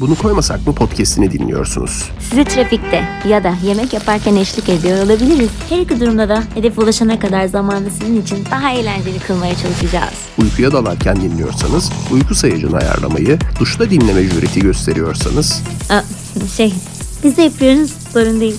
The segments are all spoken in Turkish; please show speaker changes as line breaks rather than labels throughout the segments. Bunu koymasak mı podcastini dinliyorsunuz?
Sizi trafikte ya da yemek yaparken eşlik ediyor olabiliriz. Her iki durumda da hedefe ulaşana kadar zamanı sizin için daha eğlenceli kılmaya çalışacağız.
Uykuya dalarken dinliyorsanız uyku sayacını ayarlamayı, duşta dinleme jüreti gösteriyorsanız
Aa, şey, biz de yapıyoruz, sorun değil.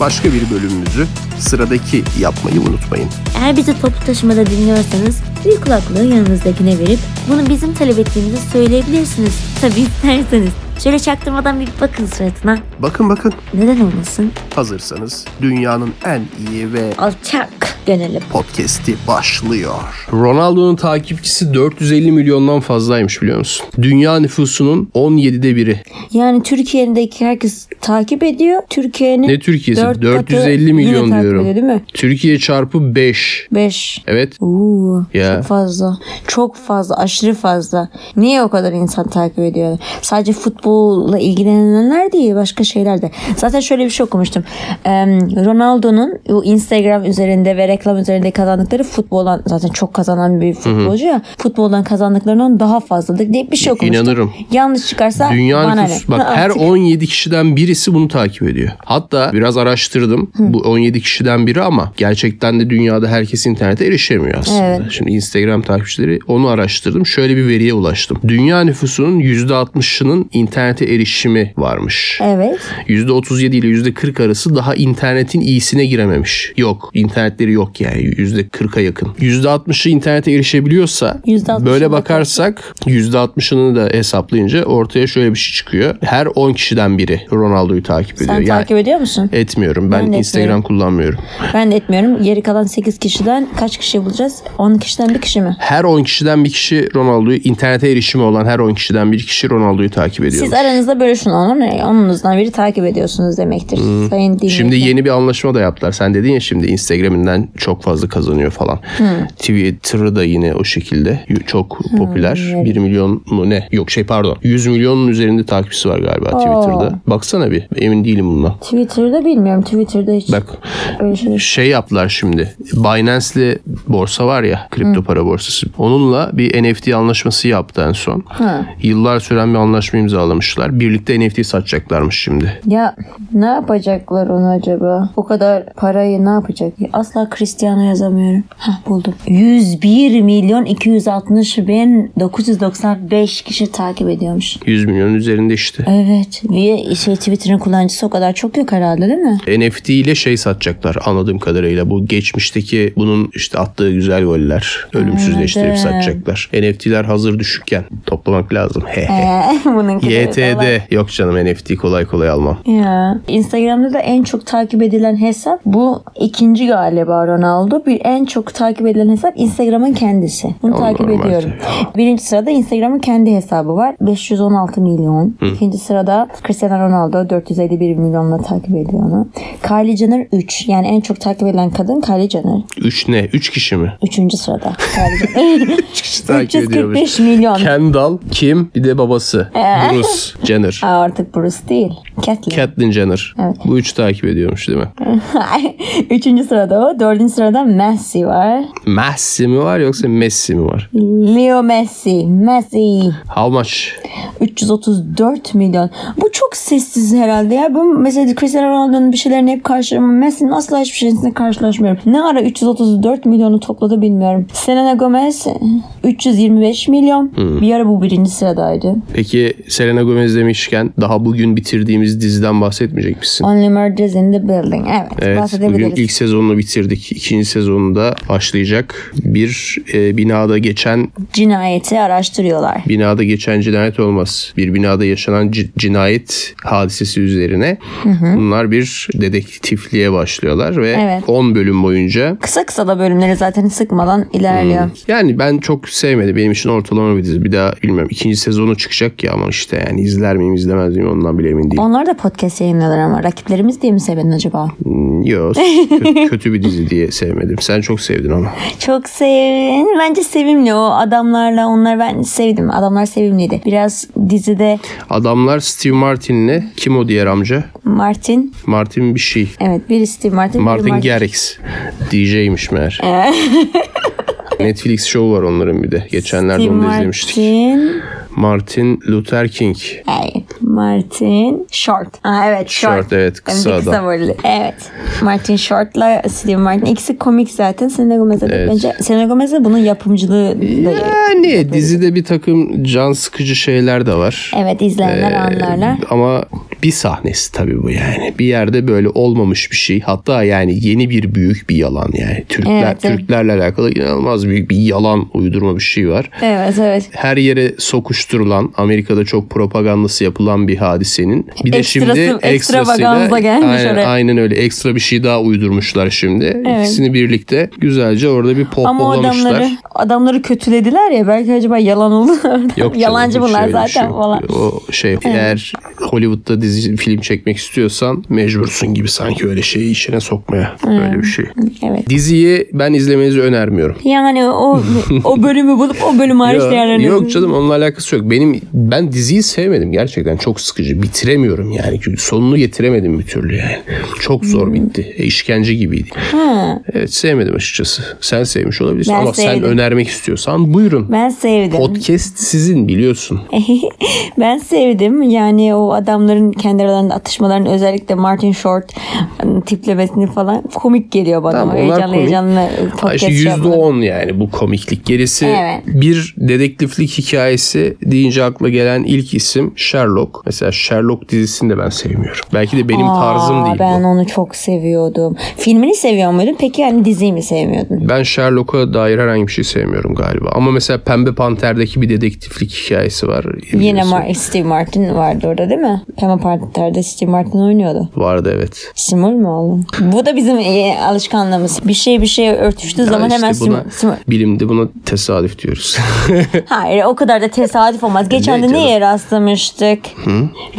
başka bir bölümümüzü sıradaki yapmayı unutmayın.
Eğer bizi toplu taşımada dinliyorsanız bir kulaklığı yanınızdakine verip bunu bizim talep ettiğimizi söyleyebilirsiniz. Tabii isterseniz. Şöyle çaktırmadan bir bakın suratına.
Bakın bakın
Neden olmasın?
hazırsanız dünyanın en iyi ve
Alçak gönüllü.
podcast'i başlıyor.
Ronaldo'nun takipçisi 450 milyondan fazlaymış biliyor musun? Dünya nüfusunun 17'de biri.
Yani Türkiye'deki herkes takip ediyor. Türkiye'nin
Ne Türkiye'si?
dört katı
450 milyon
yine takip
diyorum.
ediyor, değil mi?
Türkiye çarpı 5.
5.
Evet.
Oo,
Ya.
çok fazla. Çok fazla, aşırı fazla. Niye o kadar insan takip ediyor? Sadece futbolla ilgilenenler değil, başka şeyler de. Zaten şöyle bir şey okumuştum. Ee, Ronaldo'nun o Instagram üzerinde ve reklam üzerinde kazandıkları futboldan zaten çok kazanan bir futbolcu ya. Futboldan kazandıklarının daha fazladır diye bir şey okumuştum.
İnanırım.
Yanlış çıkarsa
Dünya
bana
nüfusu
ne?
bak her
Artık-
17 kişiden birisi bunu takip ediyor. Hatta biraz araştırdım. Bu 17 kişiden biri ama gerçekten de dünyada herkes internete erişemiyor aslında.
Evet.
Şimdi Instagram takipçileri onu araştırdım. Şöyle bir veriye ulaştım. Dünya nüfusunun %60'ının internete erişimi varmış.
Evet.
%37 ile %40 arası daha internetin iyisine girememiş. Yok. internetleri yok yani. %40'a yakın. %60'ı internete erişebiliyorsa
%60'ına
böyle bakarsak %60'ını da hesaplayınca ortaya şöyle bir şey çıkıyor. Her 10 kişiden biri Ronaldo'yu takip ediyor.
Sen
Yani E-
takip ediyor musun?
etmiyorum. Ben,
Ben de
Instagram
etmiyorum.
kullanmıyorum.
Ben de etmiyorum. Geri kalan 8 kişiden kaç kişi bulacağız? 10 kişiden bir kişi mi?
Her 10 kişiden bir kişi Ronaldo'yu internete erişimi olan her 10 kişiden bir kişi Ronaldo'yu takip ediyor.
Siz aranızda bölüşün onu mu? Onunuzdan biri takip ediyorsunuz demektir. Sayın dinleyiciler.
Şimdi yeni bir anlaşma da yaptılar. Sen dedin ya şimdi Instagram'ından çok fazla kazanıyor falan. Twitter'ı da yine o şekilde Y- çok popüler. 1 milyon mu ne? Yok şey pardon. 100 milyonun üzerinde takipçisi var galiba Twitter'da. Baksana bir. Emin değilim bundan.
Twitter'da bilmiyorum. Twitter'da hiç
Bak
öyle şey.
şey yaptılar şimdi. Binance'li borsa var ya kripto para borsası. Onunla bir NFT anlaşması yaptı en son. Yıllar süren bir anlaşma imzalamışlar. Birlikte NFT satacaklarmış şimdi.
Ya ne yapacaklar onu acaba? O kadar parayı ne yapacak? Ya Asla Cristiano yazamıyorum. Hah buldum. 101 milyon 260 bin 995 kişi takip ediyormuş.
100 milyonun üzerinde işte.
Evet. Ve şey Twitter'ın kullanıcısı o kadar çok yok herhalde değil mi?
NFT ile şey satacaklar anladığım kadarıyla. Bu geçmişteki bunun işte attığı güzel goller ölümsüzleştirip
Anladım.
satacaklar. NFT'ler hazır düşükken toplamak lazım. He he.
Ee, bunun kadar da var.
YTD yok canım NFT kolay kolay almam.
Ya. Instagram'da da en çok takip edilen hesap bu ikinci galiba Ronaldo. Bir en çok takip edilen hesap Instagram'ın kendisi. Bunu
Ya
takip
normal
ediyorum.
tabii.
Birinci sırada Instagram'ın kendi hesabı var. 516 milyon. İkinci sırada Cristiano Ronaldo 451 milyonla takip ediyor onu. Kylie Jenner 3. Yani en çok takip edilen kadın Kylie Jenner.
3 ne? 3 kişi mi?
Üçüncü sırada. Kylie Jenner.
takip ediyormuş.
345 milyon. Ee.
Kendall, Kim bir de babası Bruce Jenner.
Aa, artık Bruce değil. Catelyn.
Catelyn Jenner. Bu üç takip ediyormuş değil mi?
Üçüncü sırada o. Dördüncü sırada Messi var.
Messi mi var yoksa Messi mi var?
Leo Messi. Messi.
How much?
334 milyon. Bu çok sessiz herhalde ya. Ben mesela Cristiano Ronaldo'nun bir şeylerini hep karşılamam. Messi'nin asla hiçbir şeyini karşılaşmıyorum. Ne ara 334 milyonu topladı bilmiyorum. Selena Gomez 325 milyon.
Hmm.
Bir ara bu birinci sıradaydı.
Peki Selena Gomez demişken daha bugün bitirdiğimiz diziden bahsetmeyecek misin?
Only Murders in the Building. Evet,
Evet bugün
bahsedebiliriz.
ilk sezonunu bitirdik. İkinci sezonunda başlayacak. Bir e, binada geçen
Cinayeti araştırıyorlar.
binada geçen cinayet olmaz. Bir binada yaşanan ci- cinayet hadisesi üzerine bunlar bir dedektifliğe başlıyorlar ve
Evet.
10 bölüm boyunca
Kısa kısa da bölümleri zaten sıkmadan ilerliyor.
Hmm. yani ben çok sevmedim. Benim için ortalama bir dizi. Bir daha bilmiyorum. ikinci sezonu çıkacak ya ama işte yani izler miyim izlemez miyim ondan bile emin değilim.
Onlar da podcast yayınlıyorlar ama rakiplerimiz diye mi sevdin acaba?
Yok. Hmm, kö- kötü bir dizi diye sevmedim. Sen çok sevdin ama.
Çok sevim. Bence sevimli o adamlarla onlar ben sevdim. Adamlar sevimliydi. Biraz dizide
Adamlar Steve Martin'le kim o diğer amca?
Martin
Martin bir şey.
evet biri Steve Martin. Ee. biri
Martin Garrix. DJ'ymiş meğer. Netflix show var onların bir de. Geçenlerde
Steve
onu da izlemiştik.
Martin.
Martin Luther King.
Hey, Martin Short. Aa, evet Short.
Short, evet, kısa
Önce
adam.
boylu. Evet. Martin Short'la Steve Martin. İkisi komik zaten. Selena Gomez de
Evet. Ee,
bence Selena Gomez de bunun yapımcılığı da
Yani dizide bir takım can sıkıcı şeyler de var.
Evet izleyenler
Ee,
anlarlar.
Ama bir sahnesi tabii bu yani. Bir yerde böyle olmamış bir şey. Hatta yani yeni bir büyük bir yalan yani. Türkler
Evet, evet.
Türklerle alakalı inanılmaz büyük bir yalan uydurma bir şey var.
Evet evet.
Her yere sokuşturulan, Amerika'da çok propagandası yapılan bir hadisenin bir de
Ekstrası-
şimdi
ekstravaganza
ekstrasıyla
gelmiş
aynen,
oraya.
aynen öyle ekstra bir şey daha uydurmuşlar şimdi. İkisini birlikte güzelce orada bir
Ama o
pohpohlamışlar.
adamları adamları kötülediler ya belki acaba yalan oldu.
Yok canım,
Yalancı
hiç
bunlar
öyle bir
zaten
şey yok.
falan.
O şey eğer Hollywood'da dizi film çekmek istiyorsan mecbursun gibi sanki öyle şeyi işine sokmaya. Öyle bir şey.
Evet.
Diziyi ben izlemenizi önermiyorum.
Yani o o bölümü bulup o bölüm hariç
Yok-
diğerlerini.
yok canım onunla alakası yok. Benim ben diziyi sevmedim gerçekten çok sıkıcı. Bitiremiyorum yani. Çünkü Sonunu getiremedim bir türlü yani. Çok
Hmm.
zor bitti. E, işkence gibiydi. Evet sevmedim açıkçası. Sen sevmiş olabilirsin
Ben
ama sen
sevdim.
önermek istiyorsan buyurun.
Ben sevdim.
Podcast sizin biliyorsun.
ben sevdim. Yani o adamların kendi aralarında atışmalarını özellikle Martin Short ıı, tiplemesini falan komik geliyor bana.
Tamam, onlar
heyecanlı
komik.
heyecanlı
Ha
podcast
işte yüzde
yapmaları.
on yani bu komiklik. Gerisi
Evet.
bir dedektiflik hikayesi deyince akla gelen ilk isim Sherlock. Mesela Sherlock dizisini de ben sevmiyorum. Belki de benim
Aa,
tarzım değil
Ben
bu.
onu çok seviyordum. Filmini seviyor muydun? Peki yani diziyi mi sevmiyordun?
Ben Sherlock'a dair herhangi bir şey sevmiyorum galiba. Ama mesela Pembe Panter'deki bir dedektiflik hikayesi var.
Yine
Biliyorsun.
Mar- Steve Martin vardı orada değil mi? Pema Parter'de Steve Martin oynuyordu.
Vardı evet.
Simul mu oğlum? Bu da bizim e, alışkanlığımız. Bir şey bir şeye örtüştüğü
Ya
zaman
işte
hemen simul.
buna, bilimde buna tesadüf diyoruz.
Hayır o kadar da tesadüf olmaz. Geçen
E, Ne
de
canım?
neye rastlamıştık?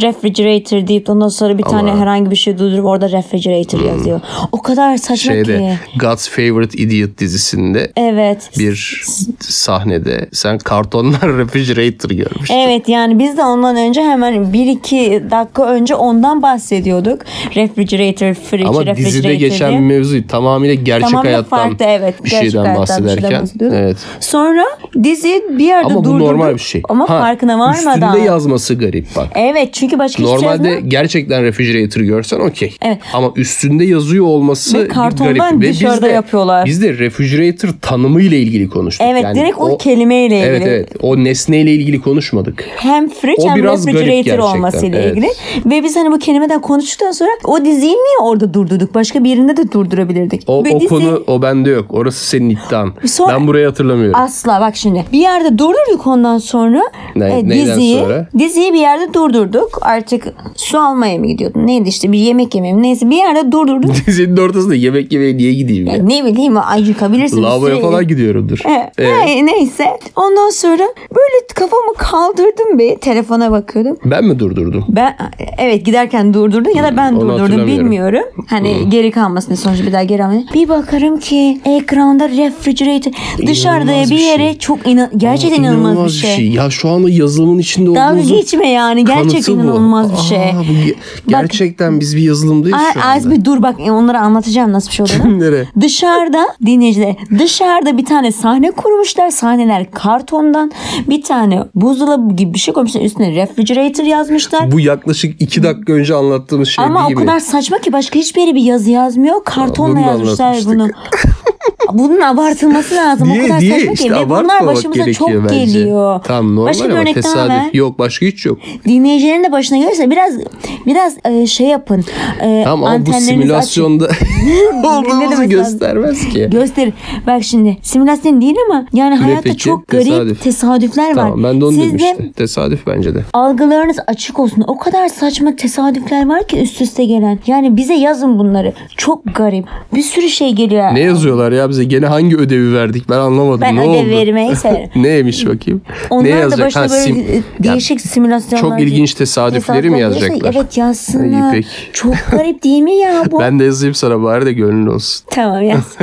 Refrigerator deyip ondan sonra bir tane herhangi bir şey durdurup orada refrigerator yazıyor. O kadar saçma
Şeyde
ki.
God's Favorite Idiot dizisinde
Evet.
bir sahnede sen kartonlar refrigerator görmüş.
Evet yani biz de ondan önce hemen 1-2 dakika önce ondan bahsediyorduk. Refrigerator, fridge,
Ama
refrigerator
dizide geçen bir
diye.
mevzu tamamıyla gerçek
Tamamen
hayattan
farklı, evet.
bir
Gerçek
şeyden
hayattan bir şeyden
bahsederken.
bahsediyoruz.
evet.
Sonra dizi bir yerde
Ama bu
durdurduk.
normal bir şey.
Ama
Ha,
farkına varmadan.
Üstünde yazması garip bak.
Evet çünkü başka hiçbir şey
Normalde
yazmıyor.
gerçekten refrigerator görsen okey.
Evet.
Ama üstünde yazıyor olması
Ve
bir
kartondan
garip.
dışarıda yapıyorlar.
Biz de refrigerator tanımı ile ilgili konuştuk.
Evet
Yani
direkt o, kelimeyle ilgili.
Evet evet. O nesneyle ilgili konuşmadık.
hem fridge
O
hem
biraz garip
refrigerator
gerçekten,
olmasıyla
evet.
ilgili. Ve biz hani bu kelimeden konuştuktan sonra o diziyi niye orada durdurduk? Başka bir yerinde de durdurabilirdik.
O,
Ve
o
dizi-
konu o bende yok. Orası senin iddian.
Sonra-
ben burayı hatırlamıyorum.
Asla bak şimdi bir yerde durdurduk ondan sonra
Ne-
e,
neyden
diziyi
sonra?
diziyi bir yerde durdurduk artık su almaya mı gidiyordun neydi işte bir yemek yemeye mi neyse bir yerde durdurduk
Dizinin ortasında yemek yemeye niye gideyim ya?
ne bileyim ay yıkabilirsin
Lavaboya
Sürekli-
falan gidiyorumdur.
Evet.
Evet.
Ay, neyse ondan sonra böyle kafamı kaldırdım bir telefona bakıyordum
Ben mi durdurdum?
Ben evet giderken durdurdun ya da ben
onu
durdurdum
hatırlamıyorum.
bilmiyorum. Hani geri kalmasın diye sonuçta bir daha geri almayın. Bir bakarım ki ekranda refrigerator dışarıda
İnanılmaz
bir
bir
yere
şey.
çok ina- gerçekten inanılmaz, bir şey.
Ya şu anda yazılımın içinde
Dalga
olduğumuzun
geçme yani
kanıtı
gerçekten
bu.
inanılmaz bir
Aa,
şey.
bu ge- gerçekten biz bir yazılımdayız
Ay,
şu
az
anda.
bir dur bak e, onları anlatacağım nasıl bir şey olduğunu.
Kimlere?
Dışarıda dinleyiciler dışarıda bir tane sahne kurmuşlar. Sahneler kartondan bir tane buzdolabı gibi bir şey koymuşlar. Üstüne refrigerator yazmışlar.
Bu yaklaşık iki dakika önce anlattığımız şey
Ama o
değil mi?
kadar saçma ki başka hiçbir yere bir yazı yazmıyor.
bunu
Kartonla
da
yazmışlar bunu.
anlatmıştık.
Bunun abartılması lazım.
Diye
o kadar
diye
saçma
işte
ki. Ve bunlar
abartmamak
başımıza çok
gerekiyor bence.
geliyor.
Tam normal
başka bir
ama
örnek daha
tesadüf.
ver.
Yok başka hiç yok.
Dinleyicilerin de başına gelirse biraz biraz e, şey yapın. E,
Tamam ama bu
antenlerinizi açın.
simülasyonda
Ne
olduğumuzu
demek
göstermez ki.
Gösterin. Bak şimdi simülasyon değil ama yani hayatta
peki?
çok garip
Tesadüf.
tesadüfler var.
Tamam ben de onu
Siz
dedim
de
işte. Tesadüf bence de.
algılarınız açık olsun. O kadar saçma tesadüfler var ki üst üste gelen. Yani bize yazın bunları. Çok garip. Bir sürü şey geliyor.
Ne yazıyorlar ya bize? Gene hangi ödevi verdik? Ben anlamadım.
Ben
ne
ödev
oldu?
vermeyi severim.
Neymiş bakayım? ne
Onlar da
yazacak?
başına
Ha,
böyle
sim-
e,
Ya
değişik simülasyonlar.
çok ilginç tesadüfleri mi
Tesadüfler
yazacaklar?
Evet yazsınlar.
İyi, peki.
Çok garip değil mi ya bu?
Ben de yazayım sana bari de gönlün olsun.
Tamam yaz.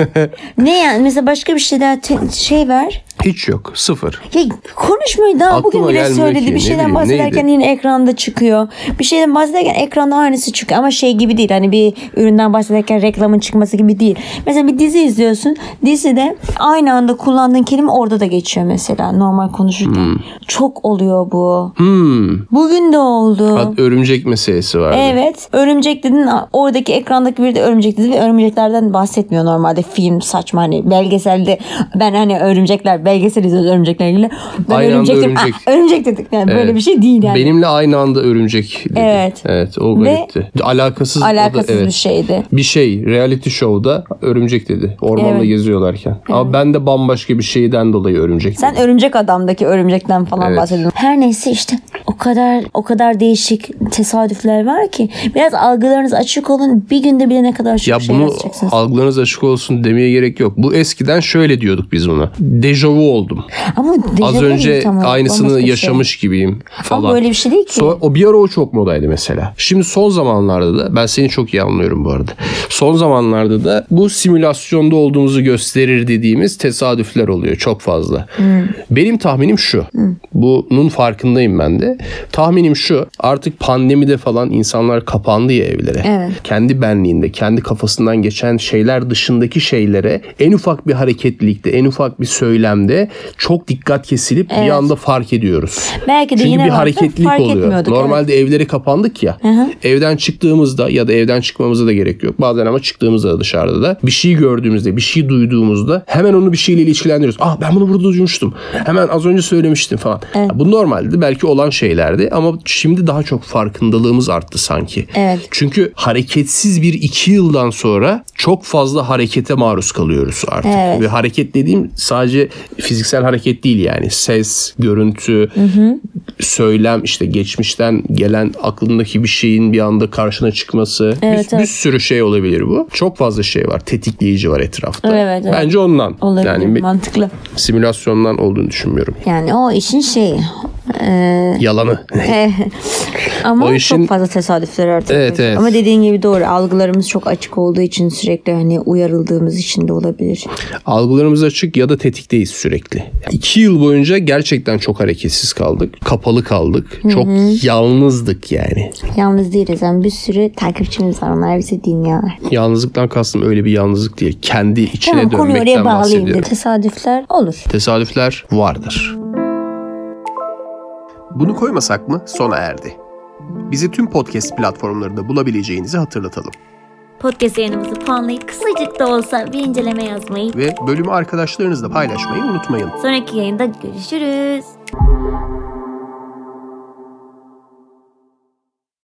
ne yani mesela başka bir şey daha te- şey ver.
Hiç yok. Sıfır.
Ya konuşmayı daha
Aklıma
bugün bile
gelmiyor
söyledi.
ki,
bir
ne
şeyden
bileyim,
bahsederken
neydi?
yine ekranda çıkıyor. Bir şeyden bahsederken ekranda aynısı çıkıyor. Ama şey gibi değil. Hani bir üründen bahsederken reklamın çıkması gibi değil. Mesela bir dizi izliyorsun. Dizide aynı anda kullandığın kelime orada da geçiyor mesela. Normal konuşurken. Çok oluyor bu.
Hmm.
Bugün de oldu.
Hat- örümcek meselesi vardı.
Evet. Örümcek dedin. Oradaki ekrandaki biri de örümcek dedi ve örümceklerden bahsetmiyor normalde film saçma hani belgeselde ben hani örümcekler belgesel izliyoruz örümceklerle ilgili. Ben
Aynı anda
örümcek dedim.
örümcek.
"Aa, örümcek dedik. Yani böyle
Evet.
bir şey değil yani.
Benimle aynı anda örümcek dedi.
Evet.
Evet o
Ve
garipti. Alakasız. o da-
alakasız
evet.
bir şeydi.
Bir şey reality show'da örümcek dedi. Ormanda
Evet.
geziyorlarken. Ama ben de bambaşka bir şeyden dolayı örümcek
Sen
dedim.
örümcek adamdaki örümcekten falan
Evet.
bahsediyorsun. Her neyse işte o kadar o kadar değişik tesadüfler var ki biraz algılarınız açık olun. Bir günde bile ne kadar çok
Ya
şey
bunu
yazacaksınız.
algılarınız açık olsun demeye gerek yok. Bu eskiden şöyle diyorduk biz buna. Dejavu oldum.
Ama
Az
dejavu
önce
değil tam olarak, bambaşka
aynısını
bir şey.
yaşamış gibiyim falan.
Ama böyle bir şey değil ki.
So- o bir ara o çok modaydı mesela. Şimdi son zamanlarda da ben seni çok iyi anlıyorum bu arada. Son zamanlarda da bu simülasyonda olduğumuzu gösterir dediğimiz tesadüfler oluyor çok fazla. Benim tahminim şu. Bunun farkındayım ben de. Tahminim şu. Artık pandemide falan insanlar kapandı ya evlere.
Evet.
Kendi benliğinde, kendi kafasından geçen şeyler dışındaki şeylere en ufak bir hareketlilikte, en ufak bir söylemde çok dikkat kesilip bir anda fark ediyoruz.
Belki de
Çünkü
yine
bir
vardı,
hareketlilik
fark
oluyor.
etmiyorduk,
Normalde evleri kapandık ya. Evden çıktığımızda ya da evden çıkmamıza da gerek yok. Bazen ama çıktığımızda da dışarıda da bir şey gördüğümüzde, bir şey duyduğumuzda hemen onu bir şeyle ilişkilendiriyoruz. Ah ben bunu burada duymuştum. Hemen az önce söylemiştim falan. Ya Bu normaldi. Belki olan şeylerdi ama şimdi daha çok farkındalığımız arttı sanki.
Evet.
Çünkü hareketsiz bir iki yıldan sonra çok fazla harekete maruz kalıyoruz artık.
Evet.
Ve hareket dediğim sadece fiziksel hareket değil yani. Ses, görüntü, söylem işte geçmişten gelen aklındaki bir şeyin bir anda karşına çıkması.
Evet,
bir, bir
evet.
sürü şey olabilir bu. Çok fazla şey var. Tetikleyici var etrafta.
Evet, evet.
Bence ondan.
Olabilir
Yani bir
mantıklı.
simülasyondan olduğunu düşünmüyorum.
Yani o işin şeyi. Ee,
Yalanı.
ama
O işin-
çok fazla tesadüfler artık.
Evet, evet.
Ama dediğin gibi doğru algılarımız çok açık olduğu için sürekli hani uyarıldığımız için de olabilir.
Algılarımız açık ya da tetikteyiz sürekli. İki yıl boyunca gerçekten çok hareketsiz kaldık. Kapalı kaldık. Çok yalnızdık yani.
Yalnız değiliz yani bir sürü takipçimiz var onlar bizi dinliyorlar.
Yalnızlıktan kastım öyle bir yalnızlık değil. Kendi içine
Tamam konuyu oraya
dönmekten
bağlayayım
bahsediyorum.
dedim. Tesadüfler olur.
Tesadüfler vardır.
Bunu koymasak mı sona erdi. Bizi tüm podcast platformlarında bulabileceğinizi hatırlatalım.
Podcast yayınımızı puanlayıp kısacık da olsa bir inceleme yazmayı.
Ve bölümü arkadaşlarınızla paylaşmayı unutmayın.
Sonraki yayında görüşürüz.